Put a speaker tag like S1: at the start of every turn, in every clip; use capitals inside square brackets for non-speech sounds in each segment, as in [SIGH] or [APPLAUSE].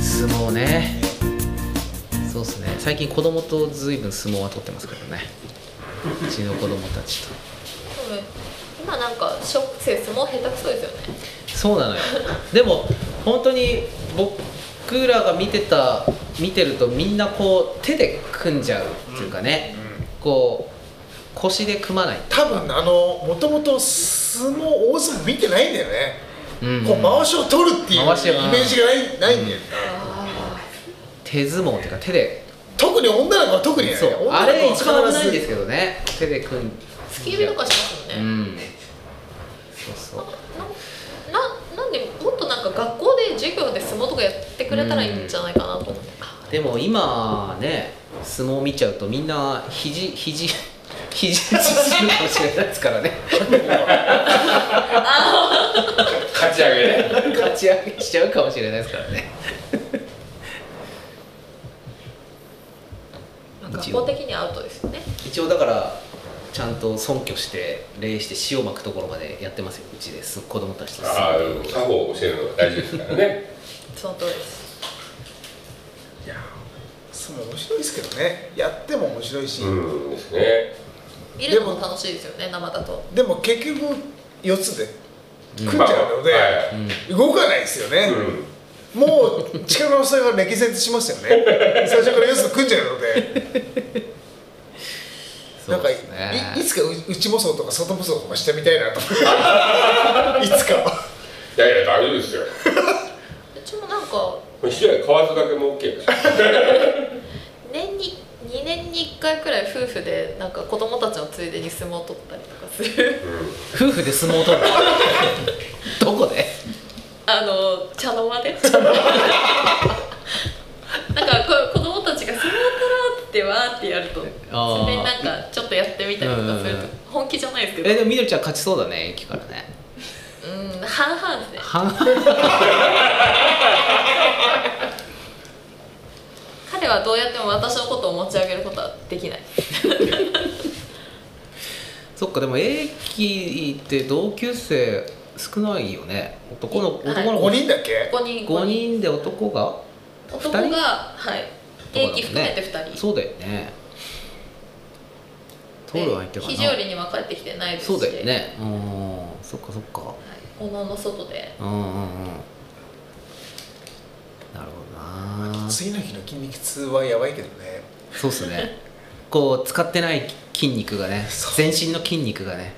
S1: そうねそうっすね最近子供とずいぶん相撲は取ってますけどねうちの子供たちと
S2: 多分今なんか小学生相撲下手くそですよね
S1: そうなのよでも本当に僕らが見てた見てるとみんなこう手で組んじゃうっていうかね、こう腰で組まない、
S3: 多分あのもともと相撲大相撲見てないんだよね、
S1: うん
S3: こう回しを取るっていうイメ
S1: 回しが
S3: ージがないないんだよ、
S2: あ
S1: 手相撲っていうか手で
S3: 特に女の子は特にね
S1: そうあ
S3: 女の
S1: れ
S3: 子は
S1: 一番危ないんです
S3: 必ず
S1: けどね手で組ん
S2: あ突き指とかします
S1: う
S2: もんね、
S1: んそうそう
S2: なななんでもっとなんか学校で授業で相撲とかやってくれたらいいんじゃないかなと思って、あ
S1: でも今ね相撲見ちゃうとみんな肘肘 [LAUGHS] 肘縮むかもしれないですからね
S4: 勝ち上げで
S1: 勝ち上げしちゃうかもしれないですからね
S2: まあ学校的にアウトですよね
S1: 一応だからちゃんと忖度して礼して塩まくところまでやってますようちです子供たちと
S4: ああでも作法を教えるのが大事ですからね
S2: その通りです
S3: いや相撲面白いですけどねやっても面白いし、
S4: うんですね
S2: 見るのも楽しいですよね生だと
S3: でも結局四つで組んじゃうので、
S4: まあはい
S3: 動かないですよね、
S4: うん
S3: もう力の差が歴然としましたよね最初から四つで組んじゃうのでなんかいいつかう内もそうとか外もそうとかしてみたいなといつか
S4: いやいや大丈夫ですよ
S2: うちもなんか
S4: 一試合買わずだけも OK です
S2: 年に2年に1回くらい夫婦でなんか子供たちのついでに相撲を取ったりとかする
S1: 夫婦で相撲を取るの [LAUGHS] どこで
S2: あの茶の間でなんかこ子供たちが「相撲取ろう」ってわーってやるとそれ
S1: あー
S2: でなんかちょっとやってみたりと
S1: う
S2: かする
S1: んうんう
S2: と
S1: ん
S2: 本気じゃないですけど
S1: えでもみどりちゃん勝ちそうだね駅からね
S3: [LAUGHS]
S2: うん半々ですね
S1: 半々
S2: 彼はどうやっても私のことを持ち上げることはできない
S1: そっかでも駅って同級生少ないよね男の
S2: はい
S1: 男の子
S3: 5人だっけ
S2: ここに
S1: 5人で男が
S2: 男
S1: 二
S2: が
S1: 人
S2: はい
S1: 男だもんね
S2: 英気含めて2人
S1: そうだよね取る相手
S2: で
S1: か
S2: 肘折
S1: な
S2: には帰ってきてないですし
S1: そうだよねうんそっかそっか
S2: はい、おのおの外で
S1: うんうんうんなるほどな
S3: 次の日の筋肉痛はやばいけどね
S1: そうっすねこう使ってない筋肉がね
S3: そう
S1: 全身の筋肉がね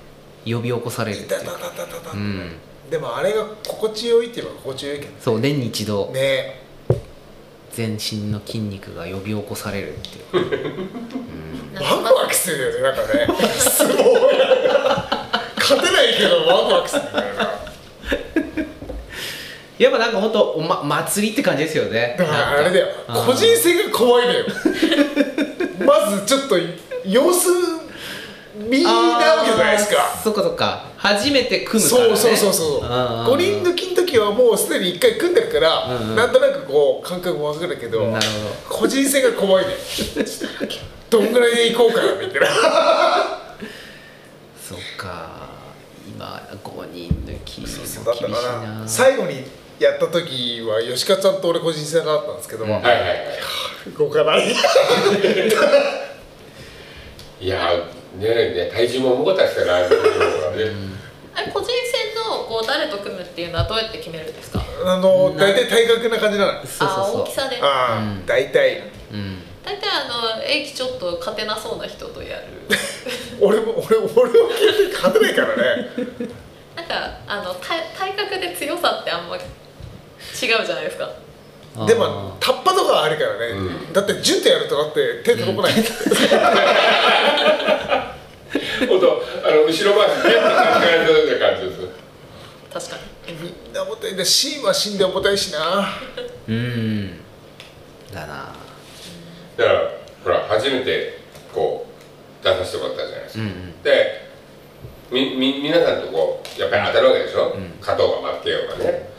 S1: 呼び起こされるってい
S3: だだ
S1: う
S3: だだだだ、
S1: うん
S3: でもあれが心地よいって言えば心地よいけど
S1: そう年に一度
S3: ね
S1: 全身の筋肉が呼び起こされるっていう
S2: なん
S3: ワ
S2: か
S3: クワクするよねなんかねすごい勝てないけどワクワクするみたいな
S1: やっぱなんか本当おま祭りって感じですよね。
S3: だからあれだよ
S1: うん
S3: 個人戦が怖
S1: [LAUGHS]
S3: いのよまずちょっと様子見なわけじゃないです
S1: あ
S3: か
S1: ーそっかそっか。初めて組むから
S3: そ
S1: ね。
S3: うそうそうそう5人
S1: の
S3: 抜きの時はもうすでに1回組んでるから、
S1: うんうん
S3: なんとなくこう感覚わかるけど
S1: なるほ
S3: 個人戦が怖いねどんぐらいで行こうかなみたいな
S1: そっか。今五人抜き
S3: そう
S1: も
S3: だった
S1: 厳しい
S3: か
S1: な
S3: な。最後にやった時は吉川ちゃんと俺個人戦だったんですけども、
S1: うん
S4: はいはいはい
S3: 動かない
S4: いやーねね体重も重かったですからね
S2: あれ個人戦のこう誰と組むっていうのはどうやって決めるんですか
S3: あの大体体格な感じなの
S1: そう
S2: あー
S1: そう
S2: 大き
S1: そ
S2: さで
S3: ああ、
S1: うん
S3: 大体
S1: う。うん。
S2: 大体あの英気ちょっと勝てなそうな人とやる
S3: 俺も俺俺も結局勝てないからね
S2: なんかあの体体格で強さってあんま違うじゃないですか
S1: あー
S3: でもタッパとかあるからね、
S4: う
S3: だって順とやるとだって手届かない、
S4: 本当あの後ろ回しで [LAUGHS] 感じる感じです
S2: 確か
S3: みんな重たいで芯は芯で重たいしな
S1: うん。だな。
S4: だからほら初めてこう出させてもらったじゃないです
S1: うん
S4: か、
S1: うん。
S4: でみみ皆さんとこうやっぱり当たるわけでしょ、
S1: ん
S4: 勝とうが負けようがね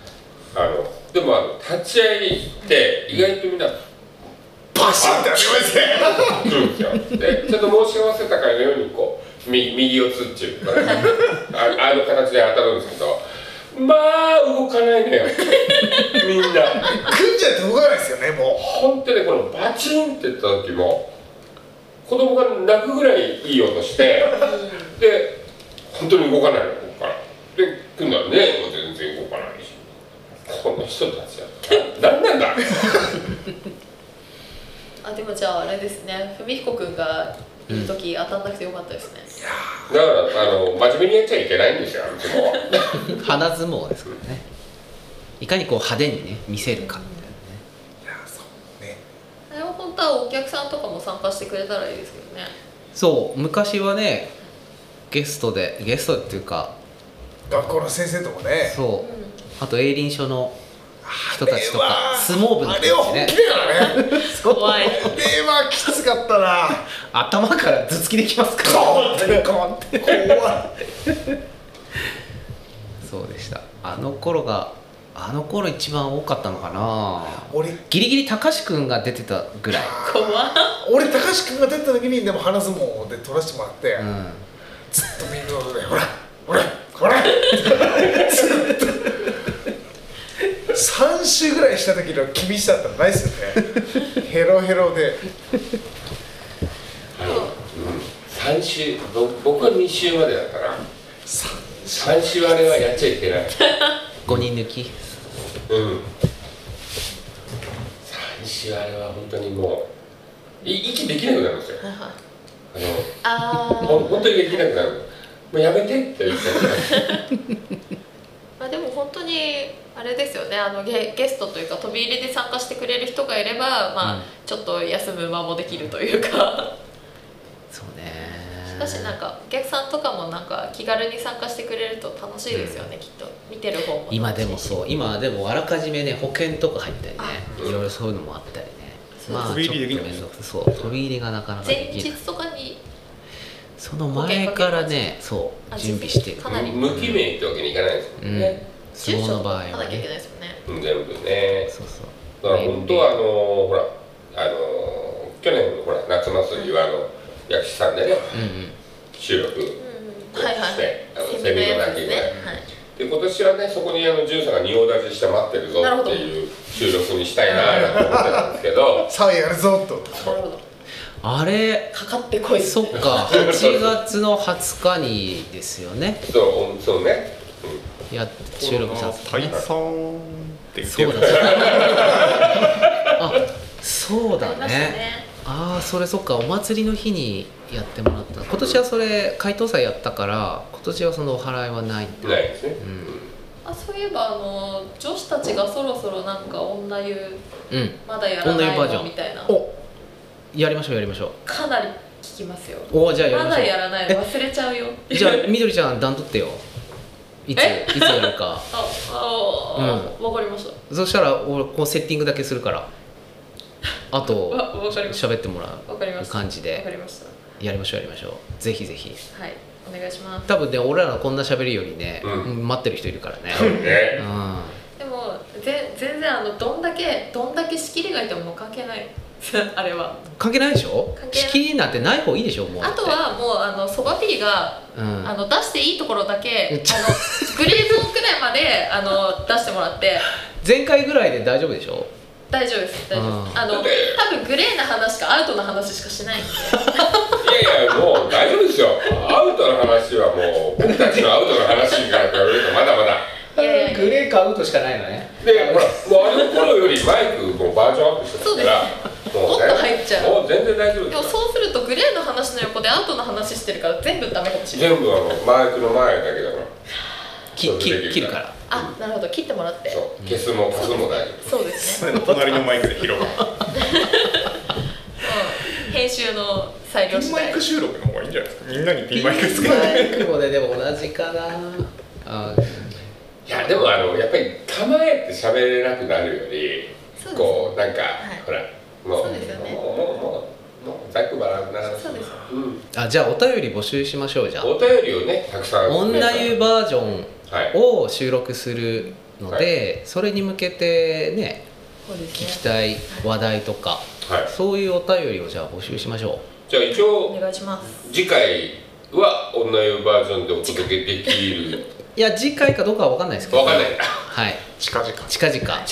S4: あのでもあの立ち合いって意外とみんな
S3: バシンってありますね
S4: 来るんですよでちょっと申し合わせたかのようにこう右右四つっていうかねああの形で当たるんですけどまあ動かないのよみんな
S3: 組んじゃって動かないですよねもう
S4: 本当にこのバチンっていった時も子供が泣くぐらいいい音してで本当に動かないのここからで組んだらねもう全然動かないしこの人たちは何なんだ
S2: あでもじゃああれですね文彦君がいる時当たんなくてよかったですね、
S4: だからあの真面目にやっちゃいけないんですよあの相撲は
S1: 花相撲ですからねいかにこう派手にね見せるかみたいなね
S3: やそうね
S2: あれは本当はお客さんとかも参加してくれたらいいですけどね
S1: そう昔はねゲストでゲストっていうか
S3: 学校の先生ともね
S1: そううんあと栄林署の人たちとか相撲部の
S3: あ
S1: 人
S3: れは
S1: たち
S3: 本
S1: ね
S3: 気だか
S1: [LAUGHS]
S3: らね
S2: 怖い
S3: あれはきつかったな
S1: 頭から頭突きできますから
S3: コーンってコーンって怖い
S1: そうでしたあの頃があの頃一番多かったのかな
S3: 俺
S1: ギリギリ高志くんが出てたぐらい
S2: 怖い [LAUGHS]
S3: 俺高橋君が出た時にでも話すもんで撮らせてもらって、
S1: うん
S3: ずっとみんなでほらほらほらってずっと3週ぐらいした時の厳しさってないっすよねヘロヘロで
S4: あの、うん、3週ぼ僕は2週までだから
S3: さ
S4: 3週あれはやっちゃいけない
S1: 5人抜き
S4: うん3週あれは本当にもうい息できなくなるんですよあの
S2: [LAUGHS] あ
S4: ほん
S2: ー
S4: 本当にできなくなるもうやめてって言ったから
S2: まあでも本当にあれですよねあのゲゲストというか飛び入りで参加してくれる人がいれば、まあ
S1: うん
S2: ちょっと休む間もできるというか
S1: そうね
S2: しかしなんかお客さんとかもなんか気軽に参加してくれると楽しいですよね、きっと見てる方も
S1: 今でもそう今でもあらかじめね保険とか入ったりね
S4: あ
S1: いろいろそういうのもあったりね
S2: そう
S1: まあ
S5: 飛び入りできない
S1: ちょっと面倒くさそう飛び入りがなかなかで
S2: 前
S1: き
S2: 日
S1: ない
S2: とかに
S1: その前からねそ
S2: あ
S1: う準備してる
S2: かなり
S4: 無記名ってわけにいかないですも
S1: うんん
S4: ね、
S1: 相
S2: 住
S1: 撲
S2: 所
S1: の
S2: を
S1: 場合
S2: 書か
S1: は
S2: なきゃい
S1: ね
S2: けないですもんね
S4: うん全部ね
S1: そうそう
S4: だから本当はあのほらあの去年のほら夏祭りはあの役師さんでね
S1: うんうん
S4: 収録
S2: うんうんはいはい
S4: してあの
S2: セミナーやつで
S4: セミ
S2: す
S4: の鳴き声
S2: ねはい
S4: で今年はねそこにあの潤さんが仁王立ちして待ってるぞっていう収録にしたいなーなんて思ってたんですけど
S3: さあやるぞと
S2: なるほど
S1: あれ
S2: かかってこいって
S1: そっか8月の20日にですよね
S4: そうそうね、
S1: や収録したんです
S5: 解
S1: ね
S5: 散って言って
S1: そう
S5: る
S1: だそうだあそう
S2: あり
S1: だ
S2: ました
S1: ね
S2: ね
S1: ああそれそっかお祭りの日にやってもらった今年はそれ解答祭やったから今年はそのお払いはない
S4: うん、ないですね
S2: あそういえばあの女子たちがそろそろなんか女湯
S1: うん
S2: まだやら
S1: 女湯バー
S2: な
S1: ジ
S2: い
S1: ョ
S2: の
S1: ン
S2: みたいな
S1: おやりましょうやりましょ
S2: かなり聞きますよ
S1: うおおじゃあやり
S2: ま
S1: まし
S2: だ
S1: ょう
S2: やらないの忘れちゃうよ
S1: じゃあみどりちゃん段取ってよいつ
S2: え
S1: いつやるか
S2: [LAUGHS] ああわかりました
S1: そしたら俺こうセッティングだけするからあと
S2: わわかりました
S1: 喋ってもら
S2: わかりま
S1: う
S2: した
S1: 感じ
S2: わ
S1: で
S2: かりました
S1: やりましょうやりましょうぜひぜひ
S2: はいお願いします
S1: 多分ね俺らのこんな喋るよりね、
S4: う
S1: 待ってる人いるからね
S4: 多分ね
S1: うん
S2: でもぜ全然あのどんだけどんだけ仕切りがいてももう関係ない [LAUGHS] あれは
S1: 関係ないでしょ
S2: 関係ない
S1: 仕切りなんてない方いいでしょもう
S2: あとはもうあのそばピーが
S1: うん
S2: あの出していいところだけあ
S1: う
S2: の
S1: ん
S2: グレーゾーンくらいまであの出してもらって
S1: 前回ぐらいで大丈夫でしょ
S2: 大丈夫です大丈夫です
S1: あ
S2: あの多分グレーな話かアウトな話しかしないんで
S4: いやいやもう大丈夫ですよアウトの話はもう僕たちのアウトの話から比べるとまだまだ
S2: いやいやいや
S1: グレーかアウトしかないのね
S4: でほらもうあの頃よりマイクもバージョンアップしてたからも
S2: もっと入っちゃう
S4: もう全然大丈夫で
S2: でも
S4: すよ
S2: そうするとグレーの話の横でアウトの話してるから全部ダメかもしれない
S4: 全部あのマイクの前だけだから
S1: き
S4: そう
S1: 切
S4: でき
S1: る
S4: る
S1: 切るから
S2: あなるほど切ってもらって
S4: そう消すも消すも大丈夫
S2: そうですね、
S5: [LAUGHS] 隣のマイクで拾う
S2: うん、編集の裁量
S5: ピン
S2: 次
S5: マイ
S2: 第
S5: ク収録の方がいいんじゃないですかみんなにピンマイクつけて
S1: マイクもねでも同じかなあ
S4: いやでもあのやっぱり構えて喋れなくなるより
S2: そうです
S4: こうなんか、
S2: い
S4: ほらもう
S2: そうですよね
S4: もうもうもうもうざっくばらんな
S2: そうですよ
S4: うん、
S1: あじゃあお便り募集しましょうじゃあ
S4: お便りをねたくさん
S1: 女湯バージョン
S4: はい
S1: を収録するので、それに向けてね
S2: そうで
S1: 聞き
S2: すね
S1: たい話題とか
S4: はい
S1: そういうお便りをじゃあ募集しましょ
S4: じゃあ一応
S2: お願いします
S4: 次回は女湯バージョンでお届けでき
S2: [LAUGHS]
S4: る
S1: ういや次回かどうかは分かんないですけど
S4: わかんない
S1: はい
S5: 近々
S1: 近々
S4: 近々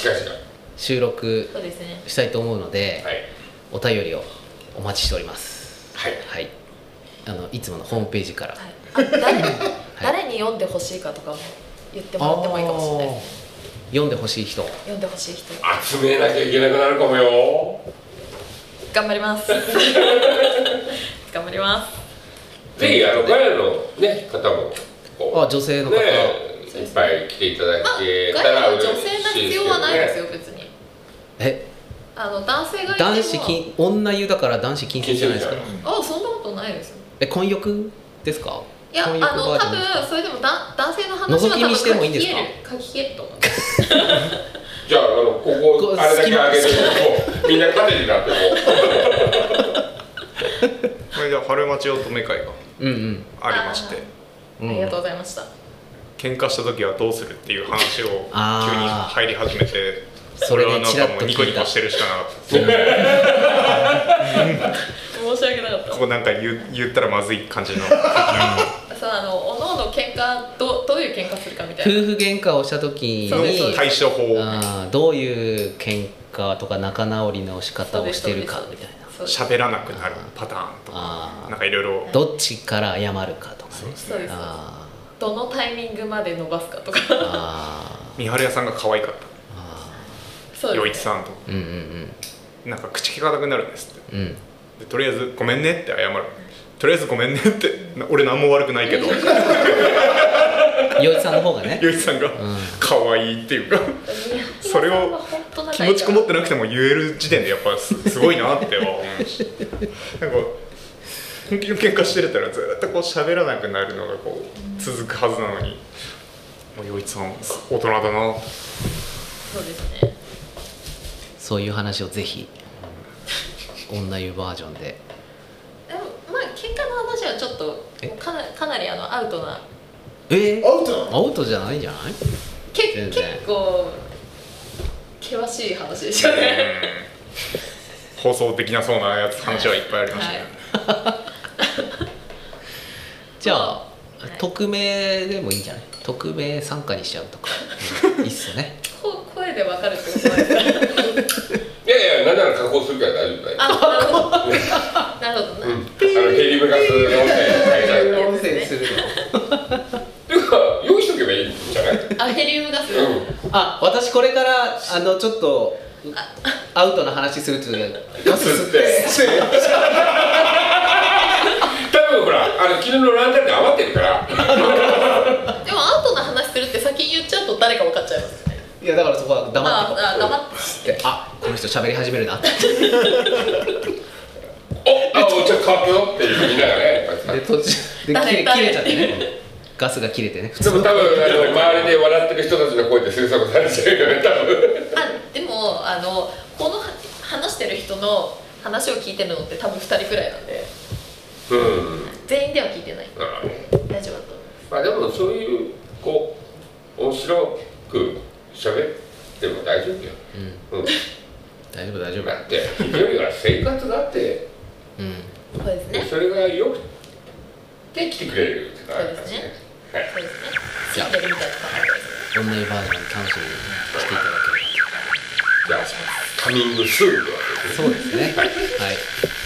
S1: 収録
S2: そうですね
S1: したいと思うので、
S4: はい
S1: お便りをお待ちしております
S4: はい
S1: はいあのいつものホームページから、
S2: はい、あ誰誰に読んでほしいかとかも言ってもらってもいいかもしれないですね
S1: 読んでほしい人
S2: 読んでほしい人
S4: 集めなきゃいけなくなるかもよ
S2: 頑張ります
S1: [LAUGHS]
S2: 頑張ります
S4: ぜひあのガヤのね方も
S1: あ
S4: こう
S1: 女性の
S4: ね
S1: 方、
S4: いっぱい来ていただ
S2: まあ
S4: けた
S2: ガヤ
S4: ら
S2: は女
S4: 嬉しいですけど、ね、
S2: 性な必要はないですよ別に
S1: え
S2: あの男性がいても
S1: 男子禁女湯だから男子禁制じゃないですか
S4: 禁制
S2: あそんなことないですよ
S1: え婚欲ですか
S2: いやあ
S1: 婚
S2: の
S1: 約バージ
S2: 多
S1: ョンですか
S2: 分それでもだ男性の話は
S1: 覗
S2: 多
S1: き見
S2: 分
S1: してもいいん
S2: 書
S1: で
S2: き
S1: すか
S2: 消える書き消えると思う
S4: じゃああのこ
S1: こ
S4: こ
S1: う
S4: あれだけ上げてもみんな縦になっても
S2: [LAUGHS]
S5: これじゃあ春町乙女会が
S1: うんうん
S5: ありまして
S1: う
S2: あ
S1: ん
S2: りがとうございました
S5: 喧嘩した時はどうするっていう話を急に
S1: あー
S5: 入り始めて
S1: それね
S5: はなん
S1: ちら
S5: か
S1: っ
S5: も
S1: と
S5: う
S1: 聞い
S5: ニ
S1: た
S5: コニコしてるしかなかったです
S2: 申し訳なかった
S5: ここなんか言う言ったらまずい感
S1: [LAUGHS]
S5: じの
S2: そうあのおのおの喧嘩どどういう喧嘩するかみたいな
S1: 夫婦喧嘩をした時
S2: そうですそう
S1: に
S2: です
S5: 対処法
S1: あーどういう喧嘩とか仲直りの仕方をしてるかみたいな
S2: そうです
S5: 喋らなくなるパターンと
S1: あ
S5: か
S1: ー
S5: なんかいろいろ
S1: どっちから謝るかとかね
S2: そうです
S1: あ
S2: どのタイミングまで伸ばすかとか
S1: ーあ
S5: 三春屋さんが可愛かっ
S1: ーあ
S2: そ
S5: た
S2: う
S5: 余
S2: で
S5: 一
S2: す、ね、
S5: さんと
S1: ーうんうん
S5: なんか口利かなくなるんですって
S1: うんうん
S5: でとりあえず「ごめんね」って謝るとりあえず「ごめんね」ってな俺何も悪くないけど余
S1: 洋一さんの方がね
S5: 一さんが
S1: ん
S5: 可愛いっていうかそれを気持ちこもってなくても言える時点でやっぱすすごいなっては思うしなんか本気の喧嘩してたらずっとこう喋らなくなるのがこう続くはずなのにもう陽一さんす大人だな
S2: そうですね
S1: そういう話をぜひ女湯バージョンで
S2: でもまあ喧嘩の話はちょっ
S1: え
S2: とかなかなりあのアウトな
S1: えー、
S3: アウトなの
S1: アウトじゃないんじゃない
S2: け
S1: 全然
S2: 結構険しい話でしたね
S5: 放送できなそうなやつ話はいっぱいありましたね、
S2: はい
S1: じゃあ
S2: い
S1: 匿名でもいいんじゃない匿名参加にしちゃうと
S2: [LAUGHS]
S1: かうんいいっすよね
S2: こ [LAUGHS] 声でわかるってことですか
S4: いやいやなんなら加工するから大丈夫だよ
S2: あなるほど [LAUGHS] なるほど
S4: うん、あ
S2: な
S4: のヘリブガスの音声変えちゃ
S2: [LAUGHS]
S4: う
S2: 音声にす
S1: る
S4: ていうか用意しとけばいいんじゃないうん
S2: あヘリウムガス
S1: あ私これからあのちょっとアウトな話するって時は
S4: ガス吸って多分ほらあの昨日のランタンで余ってるから
S2: でもアウトな話するって先言っちゃうと誰か分かっちゃいますね
S1: いやだからそこは
S2: あ
S1: 黙ってこ
S2: あ黙って
S1: うってあこの人喋り始めるなって
S4: おあお茶変わったよっていうみんながねやっぱり
S1: で途中で切れ切
S2: 誰
S1: れちゃってねガスが切れてね普
S4: で
S1: 通
S4: も多分あの周りで笑ってる人たちの声で推測されちゃうよね多分
S2: あでもあのこのは話してる人の話を聞いてるのって多分2人くらいなんで
S4: うん
S2: 全員では聞いてない
S4: だからね
S2: 大丈夫だと思う
S4: まあでもそういうこう面白く喋っても大丈夫よ、うん
S1: 大丈夫大丈夫
S4: だってひどいは生活だって
S1: うん
S2: そうですね
S4: それがよくて来てくれるって感じですねはい
S2: そうですね住んでるみたいな感じ
S1: 女
S2: です
S1: 湯バージョン楽しみにしていただければ
S4: じゃあカミングスーンってわけですね
S1: そうですねはい